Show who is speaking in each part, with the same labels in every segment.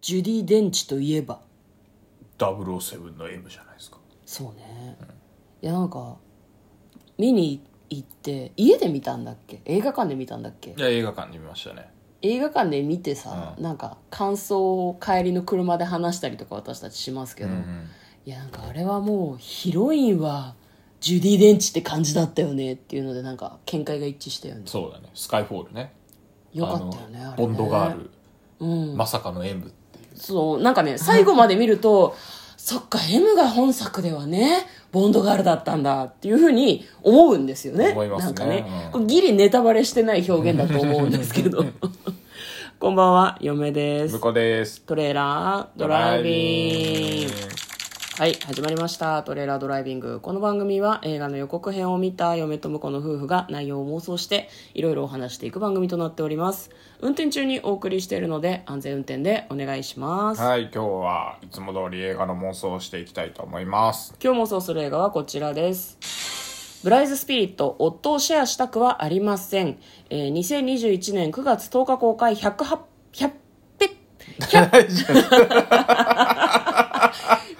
Speaker 1: ジュディ・デンチといえば
Speaker 2: 007の M じゃないですか
Speaker 1: そうね、いやなんか見に行って家で見たんだっけ映画館で見たんだっけ
Speaker 2: いや映画館で見ましたね
Speaker 1: 映画館で見てさ、
Speaker 2: うん
Speaker 1: なんか感想を帰りの車で話したりとか私たちしますけど、いやなんかあれはもうヒロインはジュディ・デンチって感じだったよねっていうのでなんか見解が一致したよね
Speaker 2: そうだねスカイフォールね
Speaker 1: よかったよねあ
Speaker 2: の
Speaker 1: れね
Speaker 2: ボンドガール、
Speaker 1: うん
Speaker 2: まさかの M っていう
Speaker 1: そうなんかね最後まで見るとそっか M が本作ではねボンドガールだったんだっていうふうに思うんですよね
Speaker 2: 思います
Speaker 1: な
Speaker 2: ね
Speaker 1: んかね、
Speaker 2: うん
Speaker 1: これギリネタバレしてない表現だと思うんですけ どこんばんは嫁です
Speaker 2: 向こうです
Speaker 1: トレーラードライビングはい始まりましたトレーラードライビングこの番組は映画の予告編を見た嫁と婿の夫婦が内容を妄想していろいろお話していく番組となっております運転中にお送りしているので安全運転でお願いします
Speaker 2: はい今日はいつも通り映画の妄想をしていきたいと思います
Speaker 1: 今日妄想する映画はこちらですブライズスピリット夫をシェアしたくはありません、えー、2021年9月10日公開108 100ぺ100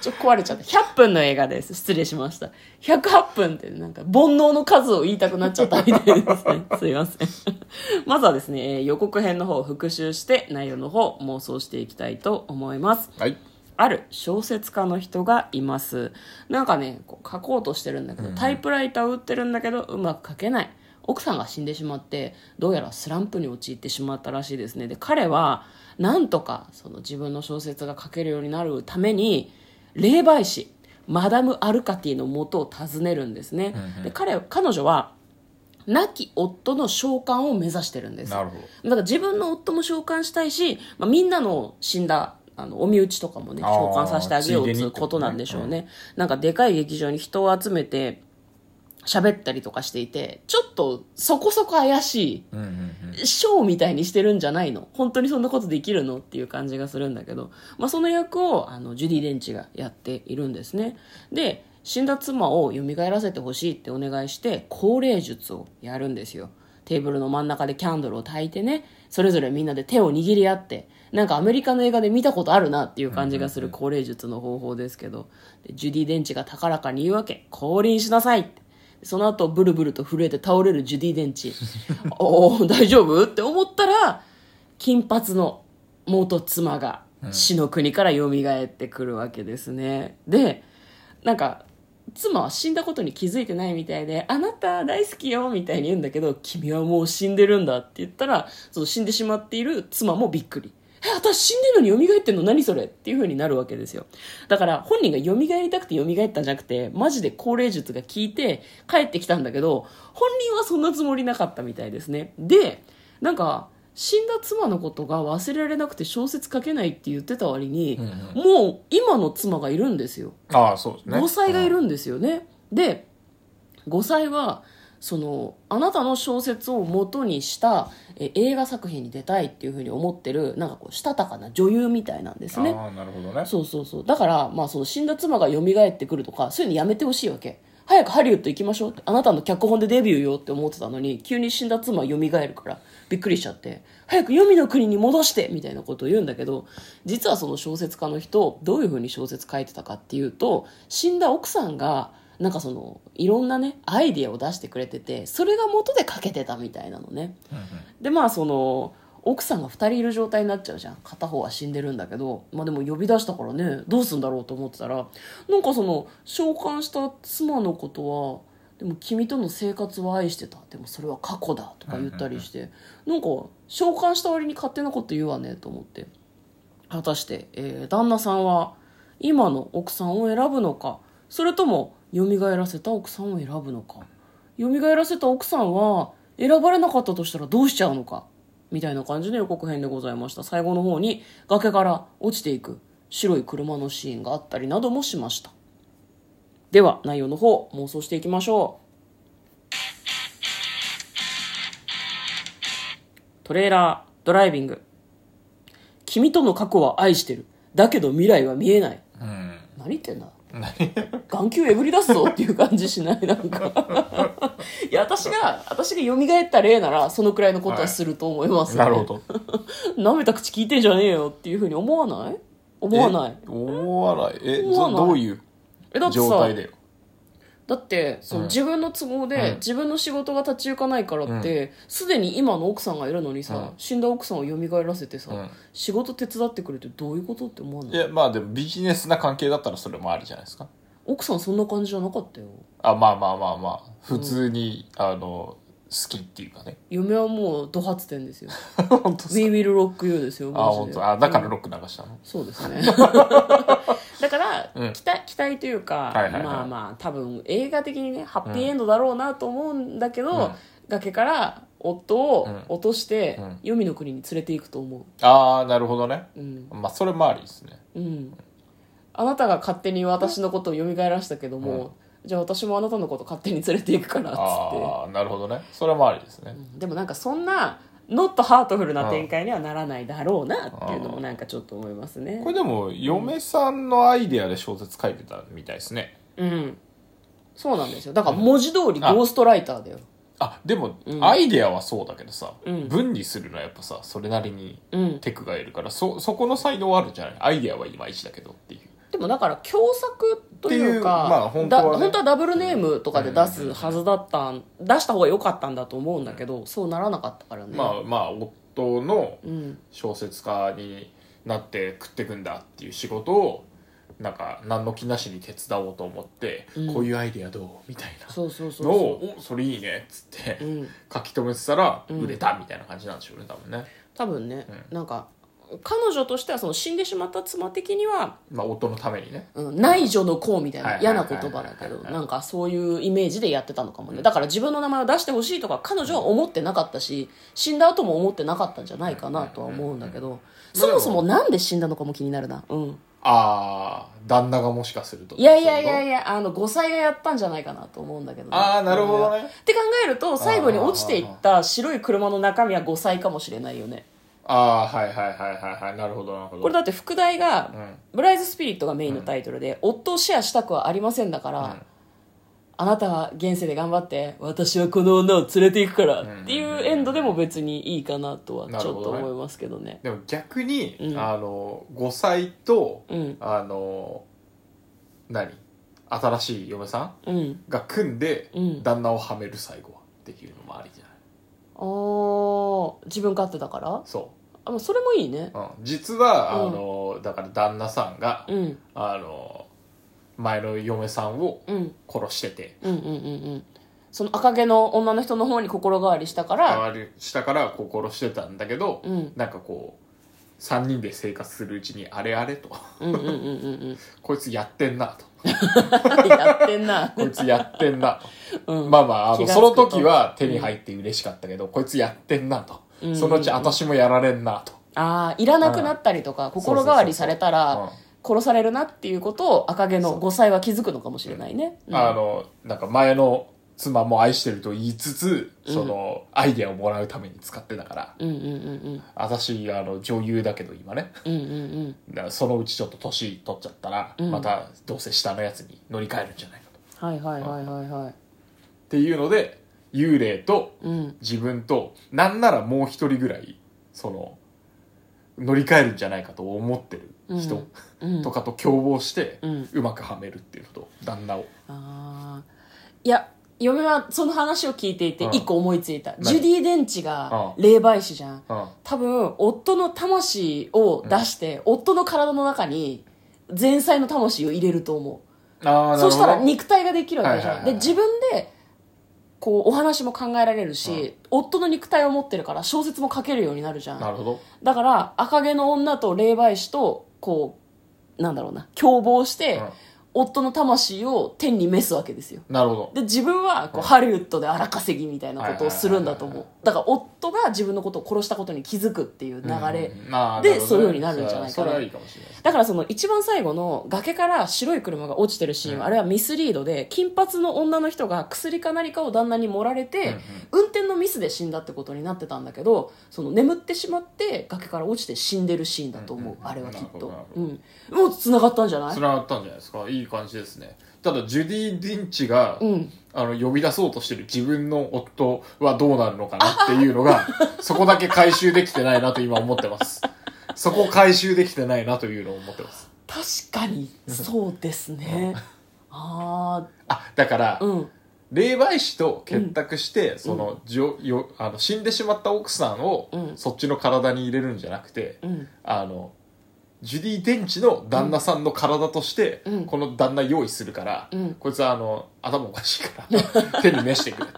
Speaker 1: ちょ壊れちゃった100分の映画です失礼しました108分ってなんか煩悩の数を言いたくなっちゃったみたいですね すいませんまずはですね、えー予告編の方を復習して内容の方を妄想していきたいと思います
Speaker 2: はい
Speaker 1: ある小説家の人がいますなんかねこう書こうとしてるんだけど、タイプライターを打ってるんだけどうまく書けない奥さんが死んでしまってどうやらスランプに陥ってしまったらしいですねで彼はなんとかその自分の小説が書けるようになるために霊媒師マダム・アルカティの元を訪ねるんですね、で彼彼女は亡き夫の召喚を目指してるんです
Speaker 2: なるほ
Speaker 1: だ
Speaker 2: ど
Speaker 1: から自分の夫も召喚したいし、まあ、みんなの死んだあのお身内とかもね
Speaker 2: あー
Speaker 1: 召喚させてあげようって
Speaker 2: つい
Speaker 1: い
Speaker 2: でにっ
Speaker 1: う
Speaker 2: て
Speaker 1: こ
Speaker 2: こととね
Speaker 1: なんでしょうね、なんかでかい劇場に人を集めて喋ったりとかしていてちょっとそこそこ怪し
Speaker 2: うんうんうん
Speaker 1: いショーみたいにしてるんじゃないの本当にそんなことできるのっていう感じがするんだけど、まあ、その役をあのジュディ・デンチがやっているんですねで死んだ妻を蘇らせてほしいってお願いして高齢術をやるんですよテーブルの真ん中でキャンドルを焚いてねそれぞれみんなで手を握り合ってなんかアメリカの映画で見たことあるなっていう感じがする高齢術の方法ですけどでジュディ・デンチが高らかに言うわけ降臨しなさいってその後ブルブルと震えて倒れるジュディ・デンチ おお大丈夫って思ったら金髪の元妻が死の国から蘇ってくるわけですね、でなんか妻は死んだことに気づいてないみたいで「あなた大好きよ」みたいに言うんだけど「君はもう死んでるんだ」って言ったらその死んでしまっている妻もびっくり「え私死んでるのに蘇ってんの何それ?」っていう風になるわけですよだから本人が蘇りたくて蘇ったんじゃなくてマジで高齢術が効いて帰ってきたんだけど本人はそんなつもりなかったみたいですねでなんか死んだ妻のことが忘れられなくて小説書けないって言ってた割に、もう今の妻がいるんですよ
Speaker 2: ああそうですね
Speaker 1: 5歳がいるんですよね、で5歳はそのあなたの小説を元にしたえ映画作品に出たいっていうふうに思ってるなんかこうしたたかな女優みたいなんですね
Speaker 2: ああなるほどね
Speaker 1: そうそうそうだから、まあ、その死んだ妻が蘇ってくるとかそういうのやめてほしいわけ早くハリウッド行きましょうってあなたの脚本でデビューよって思ってたのに急に死んだ妻蘇るからびっくりしちゃって早く黄泉の国に戻してみたいなことを言うんだけど実はその小説家の人どういうふうに小説書いてたかっていうと死んだ奥さんがなんかそのいろんなねアイディアを出してくれててそれが元で書けてたみたいなのね。でまあその奥さんが2人いる状態になっちゃうじゃん片方は死んでるんだけど、まあ、でも呼び出したからねどうすんだろうと思ってたらなんかその召喚した妻のことは「でも君との生活は愛してたでもそれは過去だ」とか言ったりしてなんか召喚した割に勝手なこと言うわねと思って果たして、えー旦那さんは今の奥さんを選ぶのかそれとも蘇らせた奥さんを選ぶのか蘇らせた奥さんは選ばれなかったとしたらどうしちゃうのかみたいな感じの予告編でございました最後の方に崖から落ちていく白い車のシーンがあったりなどもしましたでは内容の方妄想していきましょうトレーラードライビング君との過去は愛してるだけど未来は見えない
Speaker 2: うん
Speaker 1: 何言ってんだ眼球えぐり出すぞっていう感じしないなんかいや私が私が蘇った例ならそのくらいのことはすると思います、ね
Speaker 2: なるほど。
Speaker 1: 舐めた口聞いてんじゃねえよっていうふうに思わない思わない
Speaker 2: え。大笑い。え、
Speaker 1: 思わ
Speaker 2: そ
Speaker 1: ない
Speaker 2: どういう
Speaker 1: えだって
Speaker 2: 状
Speaker 1: さ
Speaker 2: 態だよ。
Speaker 1: だってその
Speaker 2: うん
Speaker 1: 自分の都合で、
Speaker 2: うん
Speaker 1: 自分の仕事が立ち行かないからってすで、に今の奥さんがいるのにさ、
Speaker 2: うん
Speaker 1: 死んだ奥さんを蘇らせてさ、
Speaker 2: うん
Speaker 1: 仕事手伝ってくれってどういうことって思わない
Speaker 2: いや、まあでもビジネスな関係だったらそれもありじゃないですか。
Speaker 1: 奥さんそんな感じじゃなかったよ
Speaker 2: あ、まあまあまあまあ。普通に、あの、好きっていうかね。
Speaker 1: 嫁はもうド発点ですよ「
Speaker 2: 本当
Speaker 1: We will rock you」ですよ
Speaker 2: あ、
Speaker 1: マ
Speaker 2: 本
Speaker 1: ジで
Speaker 2: 当。あ、だからロック流したの。
Speaker 1: そうです ねだから、
Speaker 2: うん
Speaker 1: 期待期待というか、
Speaker 2: はいはいはい
Speaker 1: まあまあ多分映画的にねハッピーエンドだろうなと思うんだけど、
Speaker 2: うん
Speaker 1: 崖から夫を
Speaker 2: うん
Speaker 1: 落として、黄
Speaker 2: うん
Speaker 1: 黄泉の国に連れていくと思
Speaker 2: ああ、なるほどね。
Speaker 1: ううん
Speaker 2: まあ、それもありですね。
Speaker 1: うんあなたが勝手に私のことを蘇らしたけども、じゃあ私もあなたのこと勝手に連れていくからっつって
Speaker 2: ああ、なるほどね。それもありですね。
Speaker 1: でもなんかそんなノットハートフルな展開にはならないだろうなっていうのもなんかちょっと思いますね
Speaker 2: これでも、嫁さんのアイデアで小説書いてたみたいですね。
Speaker 1: うんそうなんですよだから文字通りゴーストライターだよ
Speaker 2: あ、でも、
Speaker 1: うん
Speaker 2: アイデアはそうだけどさ、
Speaker 1: うん
Speaker 2: 文にするのはやっぱさ、それなりに
Speaker 1: うん
Speaker 2: テクがいるから、そ、そこの才能はあるんじゃないアイデアはいまいちだけどっていう。
Speaker 1: でもだから共作というか
Speaker 2: っていうまあ本当はね
Speaker 1: だ本当はダブルネームとかで出すはずだったん出した方が良かったんだと思うんだけどそうならなかったからね
Speaker 2: まあまあ、夫の
Speaker 1: うん
Speaker 2: 小説家になって食ってくんだっていう仕事を、なんか、何の気なしに手伝おうと思って、
Speaker 1: うん
Speaker 2: こういうアイデアどうみたいな。
Speaker 1: そうそうそう
Speaker 2: の
Speaker 1: そ
Speaker 2: をおそれいいねっつって、
Speaker 1: う、うん、
Speaker 2: 書き留めてたら
Speaker 1: うん
Speaker 2: 売れたみたいな感じなんでしょうね多分ね、
Speaker 1: 多分ね、なんか彼女としてはその死んでしまった妻的には、
Speaker 2: まあ夫のためにね
Speaker 1: うん、内助の功みたい
Speaker 2: はい
Speaker 1: な
Speaker 2: はいは
Speaker 1: 嫌な
Speaker 2: い
Speaker 1: 言葉だけどなんかそういうイメージでやってたのかもねだから自分の名前を出してほしいとか彼女は思ってなかったし死んだ後も思ってなかったんじゃないかなとは思うんだけど
Speaker 2: うん
Speaker 1: そもそもなんで死んだのかも気になるなうん
Speaker 2: ああ旦那がもしかすると
Speaker 1: いやいやいやい
Speaker 2: や
Speaker 1: やあの5歳がやったんじゃないかなと思うんだけどね、
Speaker 2: ああなるほど
Speaker 1: うんっ
Speaker 2: ね
Speaker 1: て考えると最後に落ちていった白い車の中身は5歳かもしれないよね
Speaker 2: ああーはいはいはいはいはいなるほどなるほど
Speaker 1: これだって副題が
Speaker 2: うん
Speaker 1: ブライズスピリットがメインのタイトルで、夫をシェアしたくはありませんだから、
Speaker 2: うん
Speaker 1: あなたは現世で頑張って私はこの女を連れていくからっていうエンドでも別にいいかなとはちょっと思いますけどね
Speaker 2: でも逆に、
Speaker 1: うん
Speaker 2: あの5歳と、
Speaker 1: うん
Speaker 2: あの何新しい嫁さ
Speaker 1: うん
Speaker 2: んが組んで、
Speaker 1: うん
Speaker 2: 旦那をはめる最後はっていうのもありじゃない
Speaker 1: あー自分勝手だから
Speaker 2: そ
Speaker 1: あまあそれもいいね
Speaker 2: う、うん、実は、
Speaker 1: うん
Speaker 2: あのだから旦那さんが、
Speaker 1: うん
Speaker 2: あの前の嫁さんを
Speaker 1: うん
Speaker 2: 殺してて
Speaker 1: うんうんうんうんその赤毛の女の人の方に心変わりしたから
Speaker 2: 周りしたからこう殺してたんだけど、
Speaker 1: うん
Speaker 2: なんかこう3人で生活するうちにあれあれと
Speaker 1: うんうんうんうん
Speaker 2: こいつやってんなと
Speaker 1: うんやってん な
Speaker 2: こいつやってんな
Speaker 1: う
Speaker 2: と
Speaker 1: ん
Speaker 2: まあまああ
Speaker 1: 気
Speaker 2: の
Speaker 1: がつ
Speaker 2: そ
Speaker 1: く
Speaker 2: の
Speaker 1: と
Speaker 2: 時は手に入って嬉しかったけど、こいつやってんなと、
Speaker 1: うん
Speaker 2: そのうち私もやられんなと、
Speaker 1: ああいらなくなったりとか心変わりされた
Speaker 2: そう
Speaker 1: ら
Speaker 2: そうそう
Speaker 1: 殺されるなっていうことを赤毛の5歳は気づくのかもしれないね、うん
Speaker 2: あのなんか前の妻も愛してると言いつつその、アイデアをもらうために使ってたから
Speaker 1: うんうんうん
Speaker 2: 私あの女優だけど今ね
Speaker 1: うんうんうん
Speaker 2: だからそのうちちょっと年取っちゃったら、
Speaker 1: うん
Speaker 2: またどうせ下のやつに乗り換えるんじゃないかとっ
Speaker 1: はいはいはいはいはい
Speaker 2: ていうので幽霊と
Speaker 1: うん
Speaker 2: 自分となんならもう一人ぐらいその乗り換えるんじゃないかと思ってる人、
Speaker 1: うん
Speaker 2: とかと共謀して、
Speaker 1: うん
Speaker 2: うまくはめるっていうのと旦那を
Speaker 1: ああいや嫁はその話を聞いていて
Speaker 2: うん
Speaker 1: 一個思いついた、
Speaker 2: 何
Speaker 1: ジュディ・デンチが
Speaker 2: うん
Speaker 1: 霊媒師じゃん、
Speaker 2: うん
Speaker 1: 多分夫の魂を出して、夫の体の中に前妻の魂を入れると思う
Speaker 2: ああ
Speaker 1: そうしたら肉体ができるわけじゃん、
Speaker 2: はいはいはい
Speaker 1: で自分でこうお話も考えられるし、夫の肉体を持ってるから小説も書けるようになるじゃ
Speaker 2: なんるほど
Speaker 1: だから赤毛の女と霊媒師とこうなんだろうな共謀して、
Speaker 2: うん
Speaker 1: 夫の魂を天に召すわけですよ
Speaker 2: なるほど
Speaker 1: で自分はこうハリウッドで荒稼ぎみたいなことをするんだと思うだから夫夫が自分のことを殺したことに気づくっていう流れ
Speaker 2: うんまあ
Speaker 1: で
Speaker 2: なるほ
Speaker 1: そう
Speaker 2: どね
Speaker 1: いう風になるんじゃないかな
Speaker 2: それはいいかもしれない
Speaker 1: だからその一番最後の崖から白い車が落ちてるシーン、
Speaker 2: うん
Speaker 1: あれはミスリードで金髪の女の人が薬か何かを旦那に盛られて、運転のミスで死んだってことになってたんだけどその眠ってしまって崖から落ちて死んでるシーンだと思う、
Speaker 2: うんうん
Speaker 1: あれはきっと
Speaker 2: なる、
Speaker 1: う
Speaker 2: ほど
Speaker 1: ん、もう繋がったんじゃない
Speaker 2: つながったんじゃないですかいい感じですねただジュディ・ディンチが、
Speaker 1: うん、
Speaker 2: あの呼び出そうとしてる自分の夫はどうなるのかなっていうの がそこだけ回収できてないなと今思ってますそこ回収できてないなというのを思ってます
Speaker 1: 確かにそうですねあ
Speaker 2: あだから、
Speaker 1: あうん
Speaker 2: 霊媒師と結託して、そのじょよあの死んでしまった奥さんを、
Speaker 1: うん
Speaker 2: そっちの体に入れるんじゃなくて、
Speaker 1: うん
Speaker 2: あのジュディ・デンチの旦那さんの体として、
Speaker 1: うん
Speaker 2: この旦那用意するから、
Speaker 1: うん
Speaker 2: こいつはあの頭おかしいか ら手に召してくれと、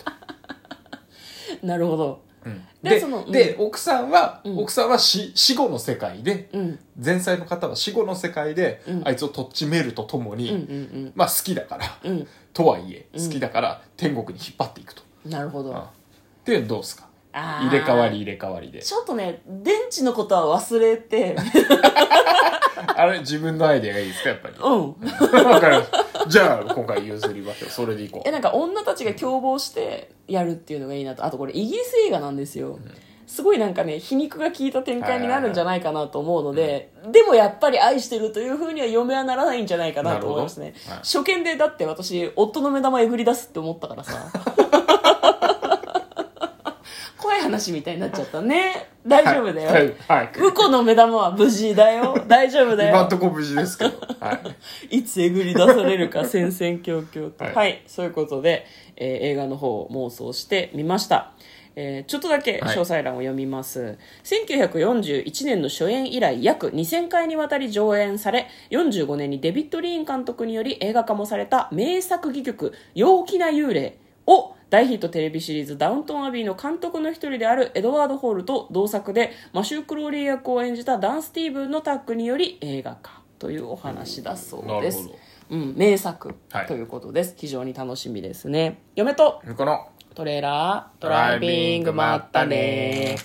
Speaker 1: なるほど
Speaker 2: うん
Speaker 1: で
Speaker 2: で
Speaker 1: そのうん
Speaker 2: で奥さんは、
Speaker 1: うん
Speaker 2: 奥さんは死死後の世界で
Speaker 1: うん
Speaker 2: 前妻の方は死後の世界で、
Speaker 1: うん
Speaker 2: あいつをとっちめるととも
Speaker 1: うん
Speaker 2: に、
Speaker 1: うん
Speaker 2: まあ好きだから
Speaker 1: うんう
Speaker 2: とはいえ
Speaker 1: うん
Speaker 2: 好きだから天国に引っ張っていくと、
Speaker 1: んなるほ
Speaker 2: う
Speaker 1: ど
Speaker 2: んっていうのどうですか
Speaker 1: あー
Speaker 2: 入れ替わり入れ替わりで
Speaker 1: ちょっとね電池のことは忘れて
Speaker 2: あれ自分のアイデアがいいですかやっぱり
Speaker 1: うん
Speaker 2: わかりましたじゃあ今回譲りましょうそれでいこ
Speaker 1: えなんか女たちが共謀してやるっていうのがいいなとあとこれイギリス映画なんですよ、すごいなんかね皮肉が効いた展開になるんじゃないかなと思うので、でもやっぱり愛してるというふうには嫁はならないんじゃないかなと思いますね
Speaker 2: なるほどはい
Speaker 1: 初見でだって私夫の目玉えぐり出すって思ったから さ怖い話みたいになっちゃったね大
Speaker 2: う
Speaker 1: 丈夫だよ、
Speaker 2: は い、はいはい
Speaker 1: ウコの目玉は無事だよ大丈夫だよ
Speaker 2: 今んとこ無事ですけどは い
Speaker 1: いつえぐり出されるか戦々恐々と。は、
Speaker 2: はいい
Speaker 1: そういうことで、えー映画の方を妄想してみました。えーちょっとだけ詳細欄を読みます、1941年の初演以来約2000回にわたり上演され45年にデビッド・リーン監督により映画化もされた名作戯曲「陽気な幽霊」を大ヒットテレビシリーズ「ダウントン・アビー」の監督の一人であるエドワード・ホールと同作でマシュー・クローリー役を演じたダン・スティーブンのタッグにより映画化というお話だそうで
Speaker 2: な
Speaker 1: す
Speaker 2: るほ、
Speaker 1: うん、名作
Speaker 2: はい
Speaker 1: ということです、非常に楽しみですね嫁と
Speaker 2: この
Speaker 1: トレーラードライビングまったね